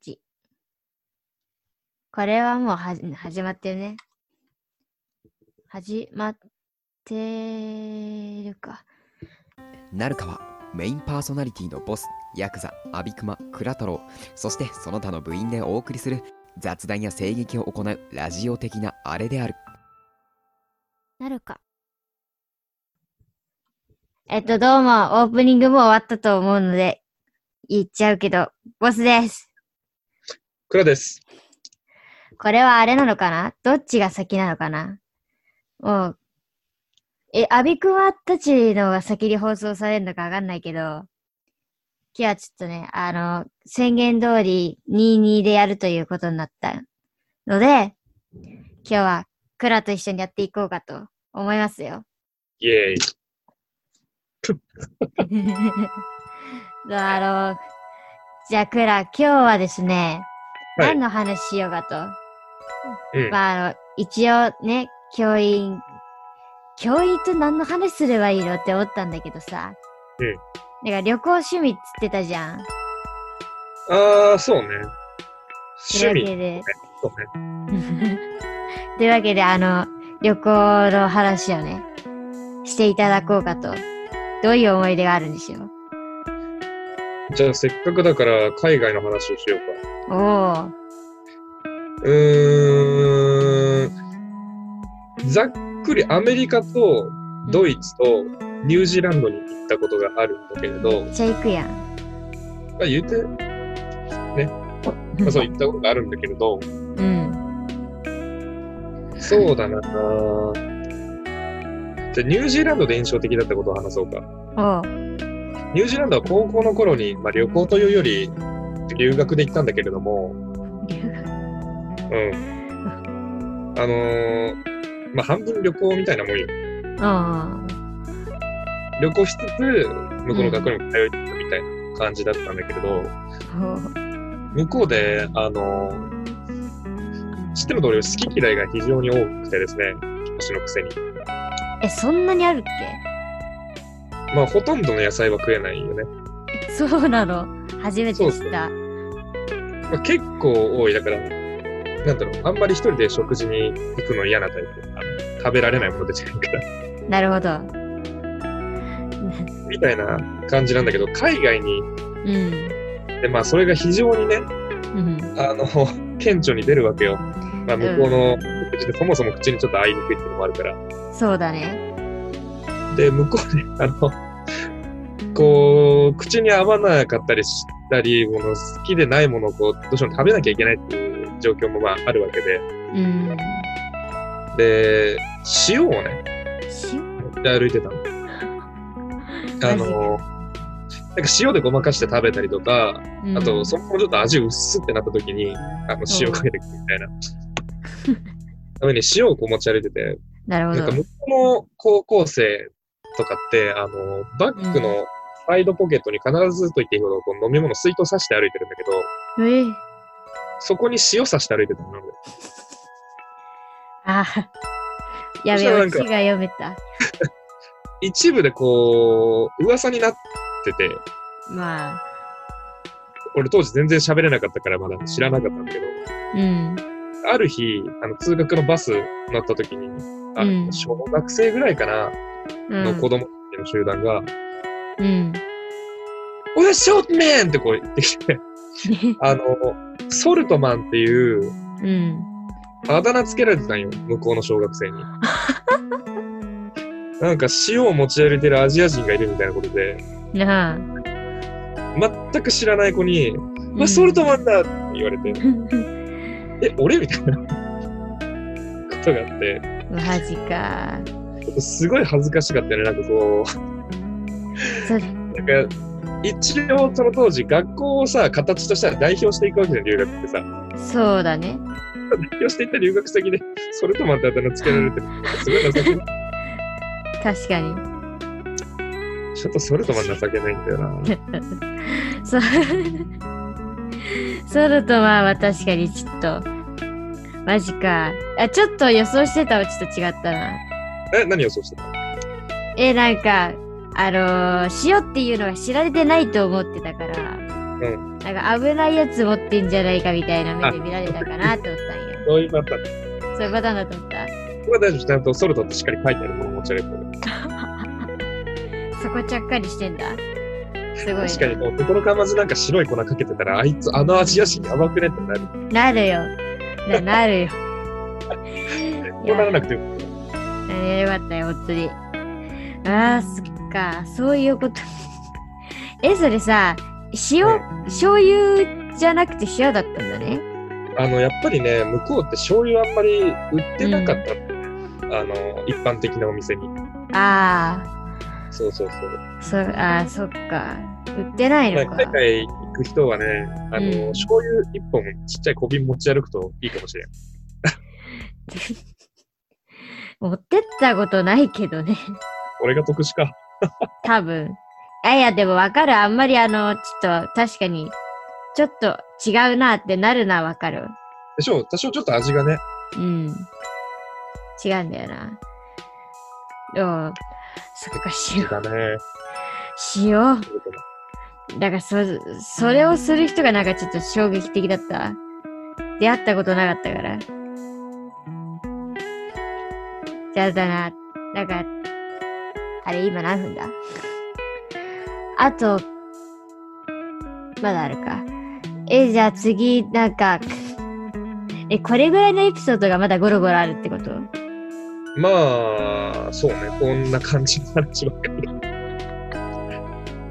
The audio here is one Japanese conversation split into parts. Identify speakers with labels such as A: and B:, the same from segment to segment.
A: チ。これはもうはじ始まってるね。始まってるか。
B: なるかはメインパーソナリティのボスヤクザアビクマクラ太郎そしてその他の部員でお送りする雑談や声劇を行うラジオ的なあれである
A: なるか。えっと、どうも、オープニングも終わったと思うので、言っちゃうけど、ボスです。
C: クラです。
A: これはあれなのかなどっちが先なのかなもう、え、アビクマたちのが先に放送されるのかわかんないけど、今日はちょっとね、あの、宣言通り22でやるということになったので、今日はクラと一緒にやっていこうかと思います よ。
C: イエーイ。
A: あの、じゃあクラ、今日はですね、
C: はい
A: 何の話しようかと。
C: うん
A: まあ、あの、一応ね、教員、教員と何の話すればいいのって思ったんだけどさ。
C: うん
A: だから旅行趣味っつってたじゃん。
C: あー、そうね。
A: という
C: 趣
A: わ
C: 味。
A: けで。
C: そうね。
A: というわけで、あの、旅行の話をね、していただこうかと。どういう思い出があるんでしょう
C: じゃあ、せっかくだから、海外の話をしよう
A: おお。
C: か。うーん。ざっくりアメリカとドイツとニュージーランドに行ったことがあるんだけれど、
A: じゃあ行くやん。
C: まあ、言うて、ね。まあ、そう行ったことがあるんだけれど、
A: うん。
C: そうだなじゃあ、ニュージーランドで印象的だったことを話そうか。
A: おう。
C: ニュージーランドは高校の頃に、まあ、旅行というより留学で行ったんだけれども、うん。あのーまあ、半分旅行みたいなもんよ。
A: うん。
C: 旅行しつつ、向こうの学校にも通いつつみたいな感じだったんだけれど、
A: おう
C: 向こうで、あのー知っての通り好き嫌いが非常に多くてですね、私のくせに。
A: え、そんなにあるっ
C: まあ、ほとんどの野菜は食えないよね。
A: けそうなの初めて知った。
C: まあ、結構多い。だから、なんだろう、あんまり一人で食事に行くの嫌なタイプ。あの食べられないもの出てくるから。
A: なるほど。
C: みたいな感じなんだけど、海外に
A: う
C: 行
A: ん。
C: って、まあ、それが非常にね、
A: うん。
C: あの、 顕著に出るわけよ。まあ、向こうの食事でそもそも口にちょっと合いにくいっていうのもあるから。
A: そうだね。
C: で、向こうで、 あの、こう、口に合わなかったりしたり、もの好きでないものをこう、どうしても食べなきゃいけないっていう状況もまあ、あるわけで。
A: うん。
C: で、塩をね、
A: し
C: 持って歩いてた の。あの、なんか塩でごまかして食べたりとか、あと、そもそもちょっと味薄ってなった時に、あの、塩かけてくみたいな。ために塩をこう持ち歩いてて、
A: なるほ
C: なん
A: ど
C: か。向こうの高校生とかって、あの、バッグのサイドポケットに必ずと言っていいほど、こう飲み物、水筒さして歩いてるんだけど、
A: ええ
C: そこに塩さして歩いてたの。
A: あやべ
C: そしたらな
A: え、
C: んか
A: 字が読めた。
C: 一部でこう、噂になってて、
A: まあ、
C: 俺当時全然喋れなかったからまだ知らなかったんだけど、
A: うん。
C: ある日、あの、通学のバス乗った時に、あ
A: うん
C: の、小学生ぐらいかな、
A: うん
C: の子供たちの集団が、
A: うん。
C: おやショートメンってこう言ってきて、あの、ソルトマンっていう
A: うん。
C: あだ名つけられてたんよ、向こうの小学 生に。なんか塩を持ち歩いてるアジア人がいるみたいなことで、
A: なあ。
C: 全く知らない子に、
A: う
C: ま
A: ん
C: あ、ソルトマンだって言われて、え、俺みたいなことがあって、
A: マジか。
C: すごい恥ずかしかったよね、なんかこ
A: それ、
C: う、なんか、一応その当時、学校をさ、形としては代表していくわけじゃん、留学ってさ。
A: そうだね。
C: 勉強していった留学先で、 それとまたあだ名つけられてる、すごい情けない。
A: 確かに。
C: ちょっとそれとま情けないんだよな。
A: そ ソルトマンは確かにちょっとマジかあちょっと予想してたのちょっと違ったな
C: え、何予想してたの
A: えなんかあのー塩っていうのは知られてないと思ってたから
C: うん
A: なんか危ないやつ持ってんじゃないかみたいな目で見られたかなって思ったんよ。
C: そういうパターン。
A: そういうパターンだと思った。
C: これは大丈夫。ちゃんとソルトってしっかり書いてあるもの持ち歩く。
A: そこちゃっかりしてんだ。すごい
C: 確かに、こう、ところかまずなんか白い粉かけてたら、あいつ、あの味やし、やばくねってなる。
A: な。なるよ。なな るよ。いや
C: わからなくても、
A: えー、よかったよ、本当に。ああ、そっか、そういうこと。 え、それさ、塩、醤油じゃなくて塩だったんだね。
C: あの、やっぱりね、向こうって醤油あんまり売ってなかったのね、あの、一般的なお店に。
A: あ
C: そうそうそう。
A: あ、そ、ああ、そっか。売ってないのか。
C: 海外行く人はね、あの、
A: うん
C: 醤油一本ちっちゃい小瓶持ち歩くといいかもしれん。
A: 持ってったことないけどね。
C: 俺が特殊か。
A: 多分。あ、いや、でもわかる。あんまりあの、ちょっと、確かに、ちょっと違うなってなるのはわかる。
C: でしょう多少ちょっと味がね。
A: うん。違うんだよな。でも、そっか、
C: 味
A: 塩。
C: がね。
A: 塩。だからそ、それをする人がなんかちょっと衝撃的だった。出会ったことなかったから。やだな。なんか、あれ今何分だあと、まだあるか。え、じゃあ次、なんか、え、これぐらいのエピソードがまだゴロゴロあるってこと
C: まあ、そうね。こんな感じの話ばっかり。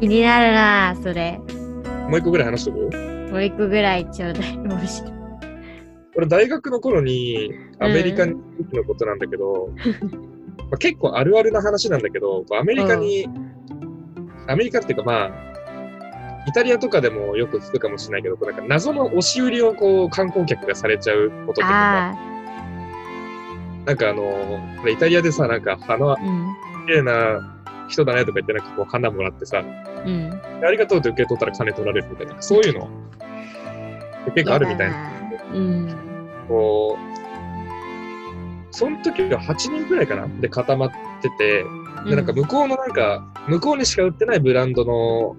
A: 気になるなそれ。
C: もう一個ぐらい話しとく
A: もう一個ぐらいちょうだい。もし。
C: 俺大学の頃にアメリカに行く時のことなんだけど、まあ結構あるあるな話なんだけどこうアメリカに、アメリカっていうかまあイタリアとかでもよく聞くかもしれないけどこうなんか謎の押し売りをこう観光客がされちゃうこととか
A: あ
C: なんかあのこれイタリアでさなんか花
A: あ、うん。
C: 綺麗な人だねとか言ってなんかこう花もらってさ
A: うん。
C: ありがとうって受け取ったら金取られるみたいなそういうの結構あるみたいな。
A: うん。
C: こう、その時は8人くらいかなで固まってて、で、なんか向こうのなんか、向こうにしか売ってないブランドの、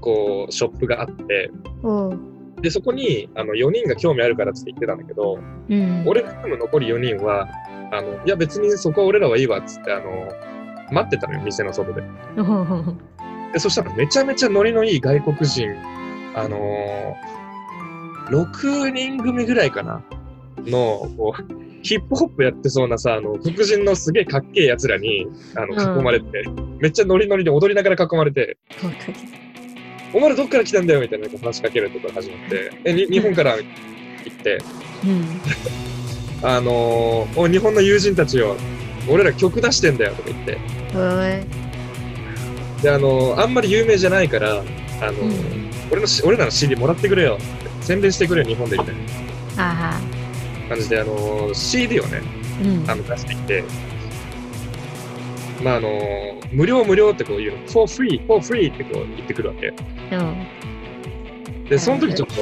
C: こう、ショップがあって、
A: おう
C: で、そこに、あの、4人が興味あるからって言ってたんだけど、
A: うん、
C: 俺含む残り4人は、あの、いや別にそこは俺らはいいわっつって、あの、待ってたのよ、店の外で。
A: おう
C: で、そしたらめちゃめちゃノリのいい外国人、あのー、6人組ぐらいかなの、こう、ヒップホップやってそうなさ、あの、黒人のすげえかっけえ奴らに、あ
A: うん
C: の、囲まれて、めっちゃノリノリで踊りながら囲まれて、
A: 本当に
C: お前らどっから来たんだよみたいな話しかけるとか始まって、え、に日本から行って、あのー、おい日本の友人たちよ、俺ら曲出してんだよとか言って、
A: うん。おい。
C: で、あのー、あんまり有名じゃないから、あのー、
A: うん
C: 俺のし俺らの CD もらってくれよ宣伝してくれよ日本でみたい
A: ああ。
C: な感じであのー CD をね
A: うん。
C: あの出してきてまああのー無料無料ってこういうの for free for free ってこう言ってくるわけ
A: うん
C: でその時ちょっと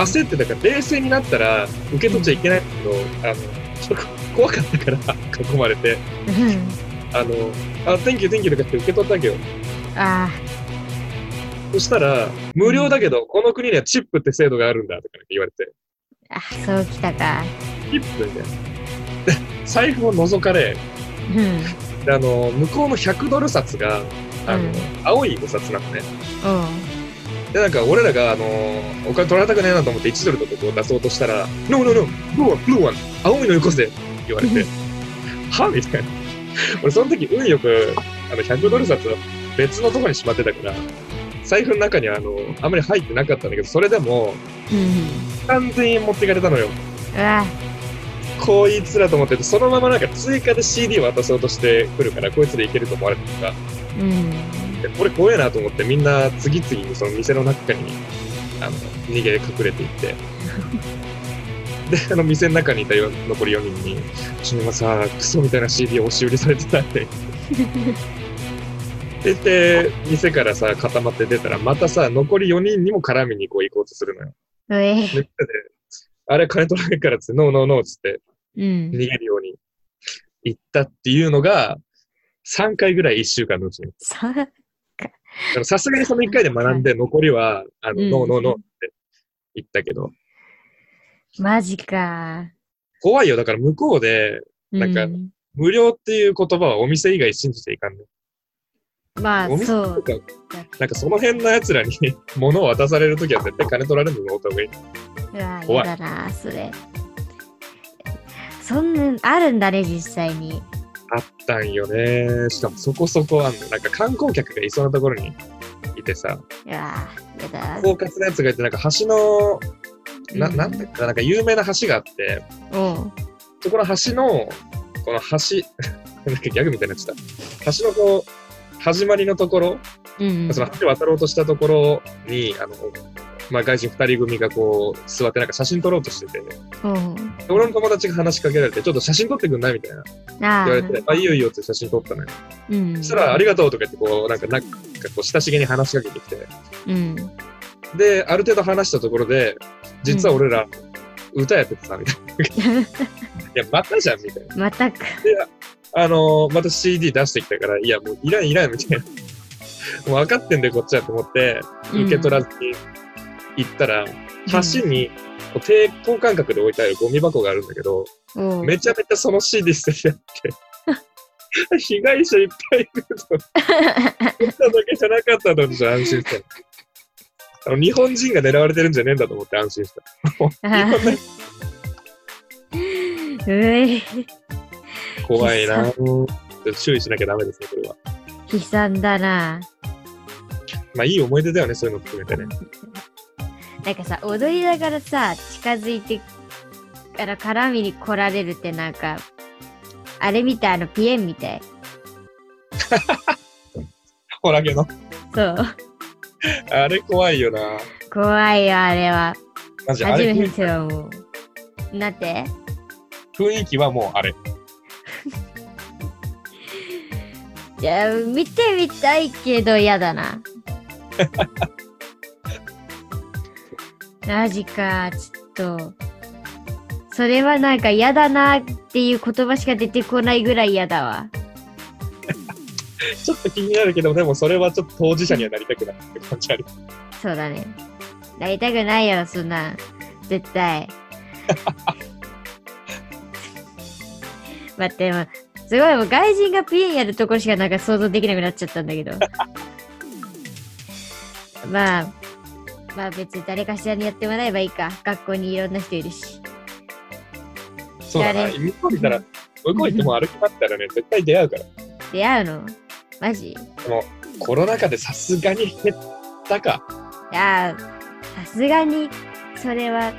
C: 焦ってたから冷静になったら受け取っちゃいけないんだけどあのちょっと怖かったから囲まれてあのあ thank you thank you とかって受け取ったわけよ
A: あ
C: そしたら無料だけどこの国にはチップって制度があるんだとか言われて
A: あ。あ、そうきたか。
C: チップみたいなで財布を覗かれ
A: うん。
C: であの向こうの100ドル札があの、
A: うん
C: 青いお札なのね
A: おう
C: でなんか俺らがあのお金取られたくねえなと思って1ドルとかこう出そうとしたら「NO NO NO blue one blue one 青いのよこせ」って言わ れて「は?」みたいな俺その時運よくあの100ドル札は別のとこにしまってたから財布の中にはあのあんまり入ってなかったんだけどそれでも
A: うん。
C: 3000円持ってかれたのよ
A: うわ。
C: こいつらと思っててそのままなんか追加で CD 渡そうとしてくるからこいつでいけると思われてたから
A: うん。
C: でこれ怖えなと思ってみんな次々にその店の中にあの逃げ隠れていってであの店の中にいたよ残り4人に「ちょ今さクソみたいな CD 押し売りされてたんで」でで店からさ固まって出たらまたさ残り4人にも絡みにこう行こうとするのよ。
A: うえ。
C: であれ金取られるからっつって「ノーノーノー」っつって
A: うん
C: 逃。げるように行ったっていうのが3回ぐらい1週間のうちに。
A: そうか。
C: でもさすがにその1回で学んで、残りは、あ
A: うん
C: の、ノーノーノーって言ったけど、
A: マジか。
C: 怖いよ。だから向こうで、なんか
A: う
C: 無料っていう言葉はお店以外信じていかんね。
A: ま
C: お
A: あ、
C: 店
A: そ
C: と
A: う。
C: か、なんかその辺の奴らに 物を渡されるときは絶対金取られるの方がいい。
A: うわ、
C: 怖
A: 嫌
C: い
A: だな、それ。そんなんあるんだね、実際に。
C: あったんよね。しかもそこそこあんの。なんか観光客がいそうなところにいてさ、
A: うわ、嫌だ。
C: 狡猾な奴がいて、なんか橋の、な
A: うん
C: なんだっけな、なんか有名な橋があって、
A: おう
C: そこの橋の、この橋、なんかギャグみたいになっちゃった。橋のこう、始まりのところ、
A: うん。
C: その橋を渡ろうとしたところに、あの、まあ、外人2人組がこう、座ってなんか写真撮ろうとしてて、
A: おう
C: 俺の友達が話しかけられて、ちょっと写真撮ってくんないみたいな。
A: あ
C: 言われて、あ、いいよいいよって写真撮ったのよ。
A: ーうん。
C: そしたら、ありがとうとか言って、こう、なんか、なんかこう、親しげに話しかけてきて。
A: うん。
C: で、ある程度話したところで、実は俺ら、歌やっててさ、みたいな。いや、またじゃん、みたいな。
A: またか。
C: あのーまた CD 出してきたから、いや、もういらんいらん、みたいな。 もう分かってんだよ、こっちはと思って、
A: うん
C: 受け取らずに行ったら、橋に、こう抵抗感覚で置いてあるゴミ箱があるんだけど、
A: おう
C: めちゃめちゃその CD 捨ててあって、 被害者いっぱいいると。言っただけじゃなかったのにちょっと安心した。あの日本人が狙われてるんじゃねえんだと思って安心した。
A: うえ
C: 怖い な。ちょっと注意しなきゃダメですね、これは。
A: 悲惨だな。
C: まあ、いい思い出だよね、そういうの含めてね。
A: なんかさ、踊りながらさ、近づいて、あの、絡みに来られるってなんか、あれみたい、あの、ピエンみたい。
C: ホラゲの。
A: そう。
C: あれ怖いよな。
A: 怖いよ、あれは。
C: マジ、あ
A: 初
C: れ
A: めて
C: 雰
A: ですよ、もう。だって、
C: 囲気はもうあれ。
A: いや、見てみたいけど嫌だな。マジか、ちょっと。それはなんか嫌だなっていう言葉しか出てこないぐらい嫌だわ。
C: ちょっと気になるけど、でもそれはちょっと当事者にはなりたくないって感じある。
A: そうだね。なりたくないよ、そんなん。絶対。待って、もうすごい、もう外人がピエンやるところしかなんか想像できなくなっちゃったんだけど。まあ、まあ別に誰かしらにやってもらえばいいか。学校にいろんな人いるし。
C: そうだ
A: あ
C: な。
A: れ
C: 向こう見たら、向こう行ってもう歩き回ったらね、絶対出会うから。
A: 出会うのマジ
C: コロナ禍でさすがに減ったか。
A: いやーさすがに、それは、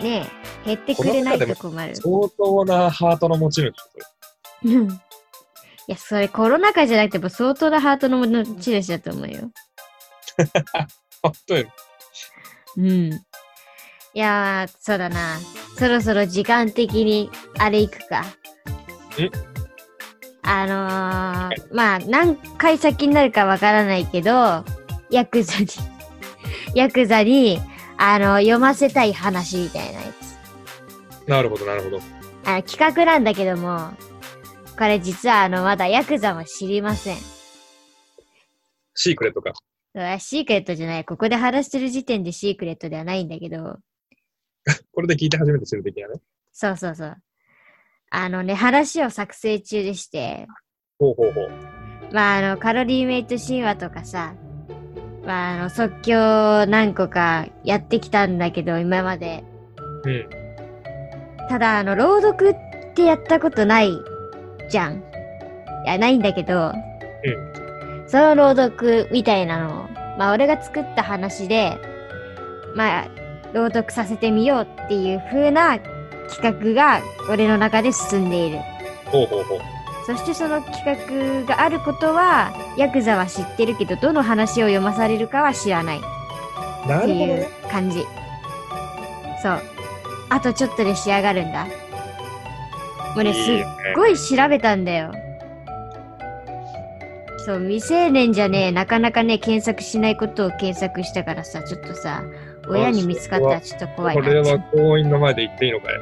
A: ねえ、減ってくれないと困る。
C: 相当なハートの持ち主。
A: うんいや、それコロナ禍じゃなくて、もう相当なハートの持ち主だと思うよ。
C: 本当に。
A: うん。いやー、そうだな。そろそろ時間的に、あれ行くか。
C: え
A: あのー、まあ、何回先になるかわからないけど、ヤクザに、 ヤクザに、あの、読ませたい話みたいなやつ。
C: なるほど、なるほど。
A: あの、企画なんだけども、これ実はあの、まだヤクザも知りません。
C: シークレットか。
A: うわシークレットじゃない。ここで話してる時点でシークレットではないんだけど、
C: これで聞いて初めて知る的なね。
A: そうそうそう。あのね、話を作成中でして、
C: ほうほうほう。
A: まあ、あの、カロリーメイト神話とかさ、まあ、あの、即興何個かやってきたんだけど、今まで。
C: うん。
A: ただ、あの、朗読ってやったことないじゃん。いや、ないんだけど、その朗読みたいなのを、まあ、俺が作った話で、まあ、朗読させてみようっていう風な企画が、俺の中で進んでいる。
C: ほうほうほう。
A: そしてその企画があることは、ヤクザは知ってるけど、どの話を読まされるかは知らないっ
C: な
A: て
C: るほど
A: い
C: ね
A: う。感じ。そう。あとちょっとで仕上がるんだ。もうね、す
C: いい
A: っ
C: ね
A: ごい調べたんだよ。そう、未成年じゃねえ、なかなかね、検索しないことを検索したからさ、ちょっとさ、親に見つかったらちょっと怖い
C: こ
A: な
C: れは
A: って。
C: 公園の前で言っていいのかい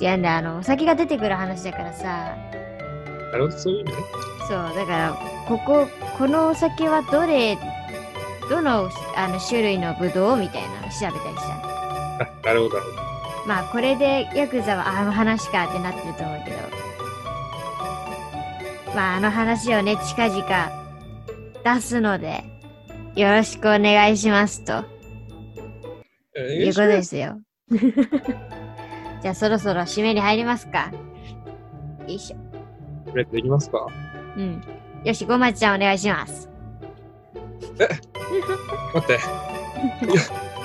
A: いやね、あの、お酒が出てくる話だからさ、
C: なるほど、そういう意味ね。
A: そう、だから、ここ、このお酒はどれ、どのあの種類のブドウみたいなのを調べたりした。
C: あ、なるほど、なるほど。
A: まあ、これでヤクザは、ああの話かってなってると思うけど。まあ、あの話をね、近々出すので、よろしくお願いしますと。
C: え
A: いうことですよ。 じゃあそろそろ締めに入りますか。よいしょ。
C: プレートできますか
A: うん。よし、ごまちゃんお願いします。
C: 待って。 よ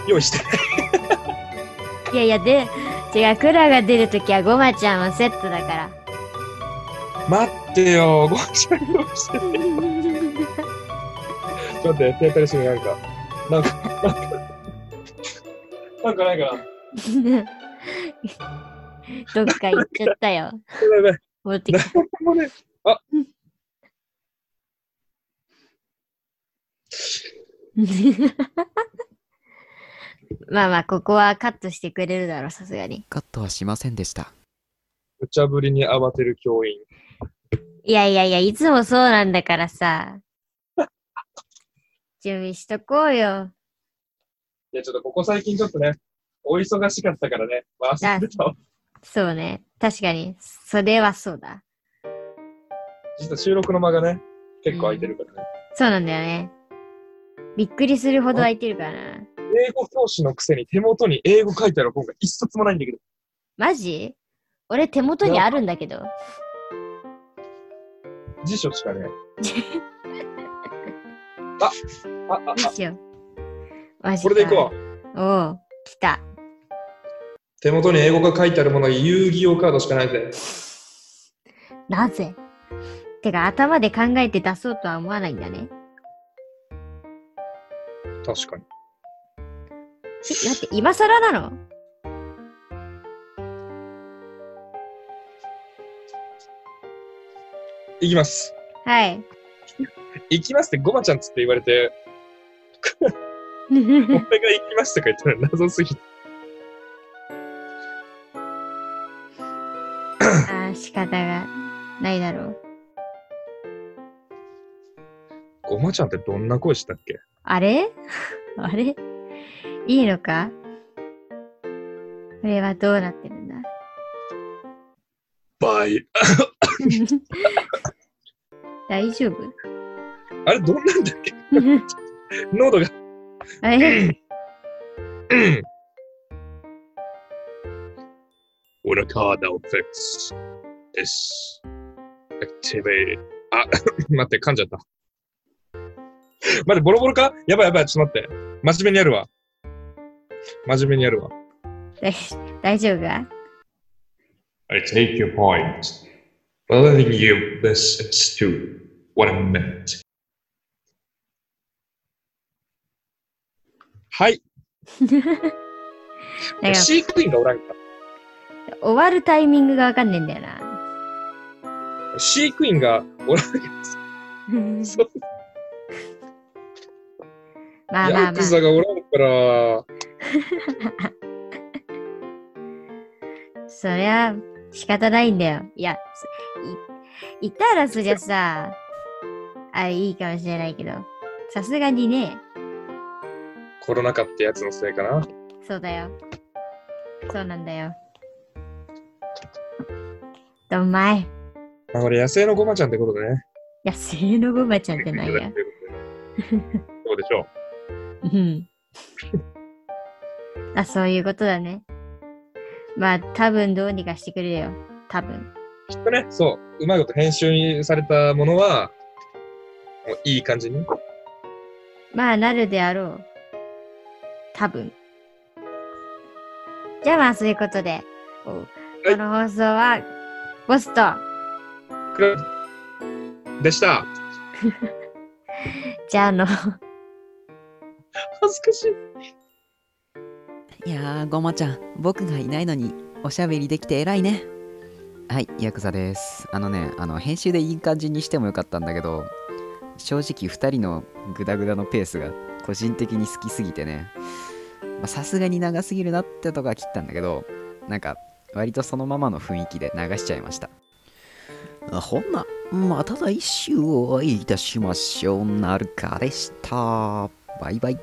C: 用意して。
A: いやいや、で、違う、クラが出るときはごまちゃんもセットだから。
C: 待ってよ、ごめんなさい用意して。ちょっと待って、手当たりしてみなんか。なんか、なんか、なんかないかな。
A: どっか行っちゃったよ。
C: やばいやばい
A: 戻ってきた。
C: なんもね、あ
A: まあまあ、ここはカットしてくれるだろう、さすがに。
B: カットはしませんでした。
C: 無茶ぶりに慌てる教員。
A: いやいやいや、いつもそうなんだからさ。準備しとこうよ。
C: いや、ちょっとここ最近ちょっとね、お忙しかったからね、まあ、焦ってたわ
A: そうね。確かに。それはそうだ。
C: 実は収録の間がね、結構空いてるからね。
A: そうなんだよね。びっくりするほど空いてるからな。
C: 英語教師のくせに手元に英語書いてある本が一冊もないんだけど。
A: マジ俺手元にあるんだけど。
C: 辞書しか ね。あ、あ、
A: ど
C: あ、
A: うしよう。マ
C: あ、
A: ジ
C: これでいこう。
A: う。おう、来た。
C: 手元に英語が書いてあるものが遊戯王カードしかないぜ。
A: なぜてか、頭で考えて出そうとは思わないんだね。
C: 確かに。
A: え、待って、今更なの
C: いきます。
A: はい。
C: いきますってごまちゃんつって言われて、俺が行きますとか言ったら謎すぎて。
A: ああ、仕方がないだろう。
C: ごまちゃんってどんな声したっけ
A: あれ あれいいのかこれはどうなってるんだ
C: バイ。
A: 大丈夫
C: あれどんなんだっけ喉が。
A: あれ
C: 俺はカードをフェックス。です。アクティベあ、 待って、噛んじゃった。待って、ボロボロかやばいやばい、ちょっと待って。真面目にやるわ。真面目にやるわ。
A: 大 大丈夫か
C: I take your point. Letting you this is to what I meant. はい。
A: なんか
C: 飼育員がおらんか。
A: 終わるタイミングがわかんねえんだよな。
C: 飼育員がおらんか。そう
A: まあまあ
C: ヤ
A: ま
C: クザがおらんから。
A: あ、そりゃ仕方ないんだよ。いや、いいたらそりゃさ、あれいいかもしれないけど、さすがにね、
C: コロナ禍ってやつのせいかな。
A: そうだよ。そうなんだよ。どんまい。
C: あ、これ野生のゴマちゃんってことでね。
A: 野生のゴマちゃんってないや。
C: そうでしょう。
A: うん。あ、そういうことだね。まあ、多分どうにかしてくれるよ。多分。
C: きっとね、そう、うまいこと編集にされたものは、もういい感じに。
A: まあ、なるであろう。多分。じゃあまあ、そういうことで、おこの放送は、ボスと、
C: クラでした。
A: じゃあの、
C: 恥ずかしい。
B: いやー、ごまちゃん、僕がいないのに、おしゃべりできて偉いね。はい、ヤクザです。あのね、あの、編集でいい感じにしてもよかったんだけど、正直2人のグダグダのペースが個人的に好きすぎてね、まあさすがに長すぎるなってとこは切ったんだけど、なんか、割とそのままの雰囲気で流しちゃいました。ほな、また来週お会いいたしましょう。なるかでした。バイバイ。